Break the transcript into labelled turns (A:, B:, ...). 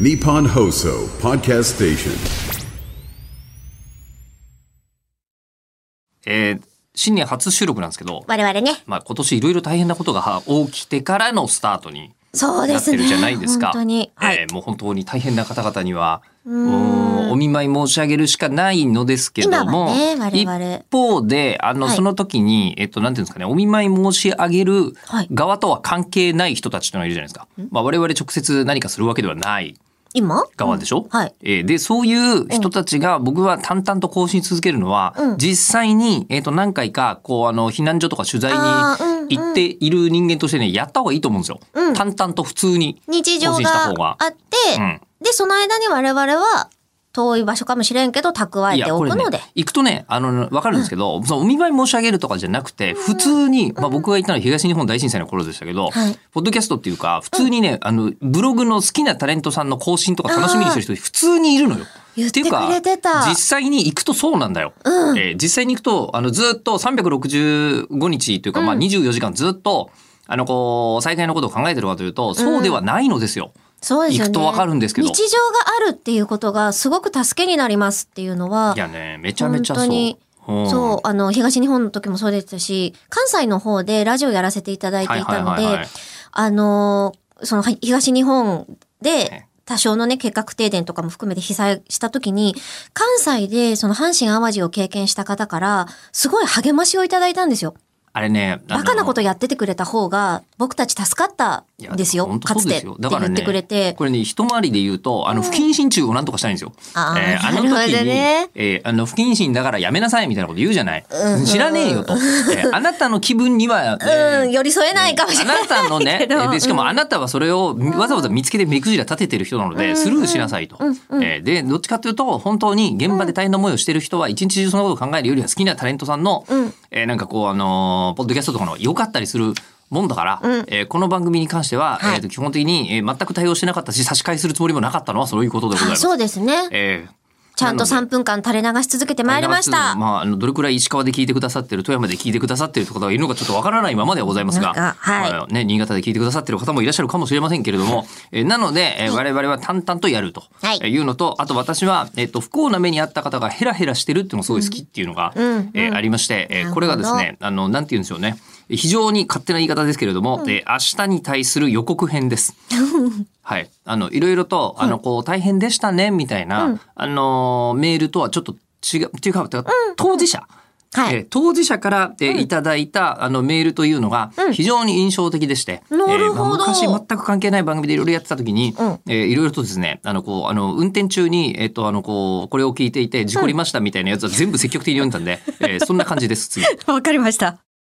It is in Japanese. A: Nippon Hoso Podcast Station.
B: えー新年初収録なんですけど、
C: 我々ね。
B: まあ、今年いろいろ大変なことが起きてからのスタートに
C: そう
B: な
C: で
B: っ
C: す
B: て
C: ね。
B: るじゃないですか。
C: 本当に。はい。
B: えーもう本当に大変な方々には、うんお見舞い申し上げるしかないのですけども、
C: 今はね我々
B: 一方で、あの、
C: はい
B: その時に、えっと、なんていうんですかね、お見舞い申し上げる
C: はい
B: 側とは関係ない人たちというのがいるじゃないですか。まあ、我々直接何かするわけではない
C: 今
B: 側でしょ、
C: うんはい。
B: えーで、そういう人たちが僕は淡々と更新し続けるのは、
C: うん
B: 実際に、えっ、と、何回か、こう、あの、避難所とか取材に
C: あーうんうん
B: 行っている人間としてね、やった方がいいと思うんですよ。
C: うん
B: 淡々と普通に。
C: 日常
B: 更新した方が
C: があって、
B: うん
C: で、その間に我々は遠い場所かもしれんけど蓄えておくので。
B: ね、行くとね、あの、わかるんですけど、そのお見舞い申し上げるとかじゃなくて、普通に、まあ僕が行ったのは東日本大震災の頃でしたけど、
C: はい
B: ポッドキャストっていうか、普通にね、あの、ブログの好きなタレントさんの更新とか楽しみにしてる人、普通にいるのよ。
C: 言ってく
B: って
C: れ
B: い
C: て
B: うか
C: た
B: 実際に行くとそうなんだよ。えー実際に行くと、あの、ずっと365日というか、まあ24時間ずっと、あの、こう、災害のことを考えてるかというと、そうではないのですよ。
C: そうですよ
B: 行く
C: ね。
B: とわかるんですけど、
C: 日常があるっていうことがすごく助けになりますっていうのはい
B: やね、めちゃめちゃそう。
C: 本当に
B: うん
C: そう、あの、東日本の時もそうでしたし、関西の方でラジオやらせていただいていたの
B: はいはいはいは
C: で
B: い、
C: あのー、そのはい東日本で
B: ね、
C: 多少のね、計画停電とかも含めて被災した時に、関西でその阪神淡路を経験した方から、すごい励ましをいただいたんですよ。
B: あれね、あの
C: バカなことやっててくれた方が、僕たち助かった
B: いや
C: んですよ。
B: も本当
C: か
B: そう
C: つて。っ
B: す
C: て
B: よだから
C: 言ってくれて
B: ね、。これね、一回りで言うと、あの、不謹慎中をなんとかしたいんですよ。
C: あー
B: えーあの
C: なる
B: 時
C: ほど
B: に、
C: ね
B: えーあの、不謹慎だからやめなさいみたいなこと言うじゃない。知らねえ よと。えーあなたの気分には、えー
C: うん、寄り添えないかもしれない
B: あなたのね、
C: けど
B: でしかもあなたはそれをわざわざ見つけて目くじら立ててる人なので、スルーしなさいと。えーで、どっちかというと、本当に現場で大変な思いをしてる人は、一日中そのことを考えるよりは好きなタレントさんの、えーなんかこう、あのーポッドキャストとかの良かったりする、もんだから、えーこの番組に関しては、
C: はい
B: えーと基本的に、えー全く対応してなかったし差し替えするつもりもなかったのはそういうことでございま
C: あ
B: す。
C: そうですね。
B: えー
C: ちゃんと3分間垂れ流し続けてまいりました。
B: まあ、あの、どれくらい石川で聞いてくださってる、富山で聞いてくださってる方がいるのかちょっとわからないままではございますが、
C: なんかはい
B: まあね、新潟で聞いてくださってる方もいらっしゃるかもしれませんけれども、えーなので、えー我々は淡々とやると
C: はい
B: えーいうのと、あと私は、えっ、と、不幸な目にあった方がヘラヘラしてるっていうのがすごい好きっていうのが、えーありまして、えー
C: なるほど
B: これがですね、あの、なんて言うんでしょうね。非常に勝手な言い方ですけれども、えー明日に対する予告編です。はい、あのいろいろと、あのこう大変でしたねみたいな、あのーメールとはちょっと違うっていうかてか当事者、
C: はい
B: えー当事者から、えーいただいたあのメールというのが非常に印象的でして、
C: なるほど
B: まあ昔全く関係ない番組でいろいろやってた時に、
C: うん
B: えーいろいろとですねあのこうあの運転中に、えっとあのこうこれを聞いていて事故りましたみたいなやつは全部積極的に読んでたんで、えーそんな感じです次。
C: わかりました。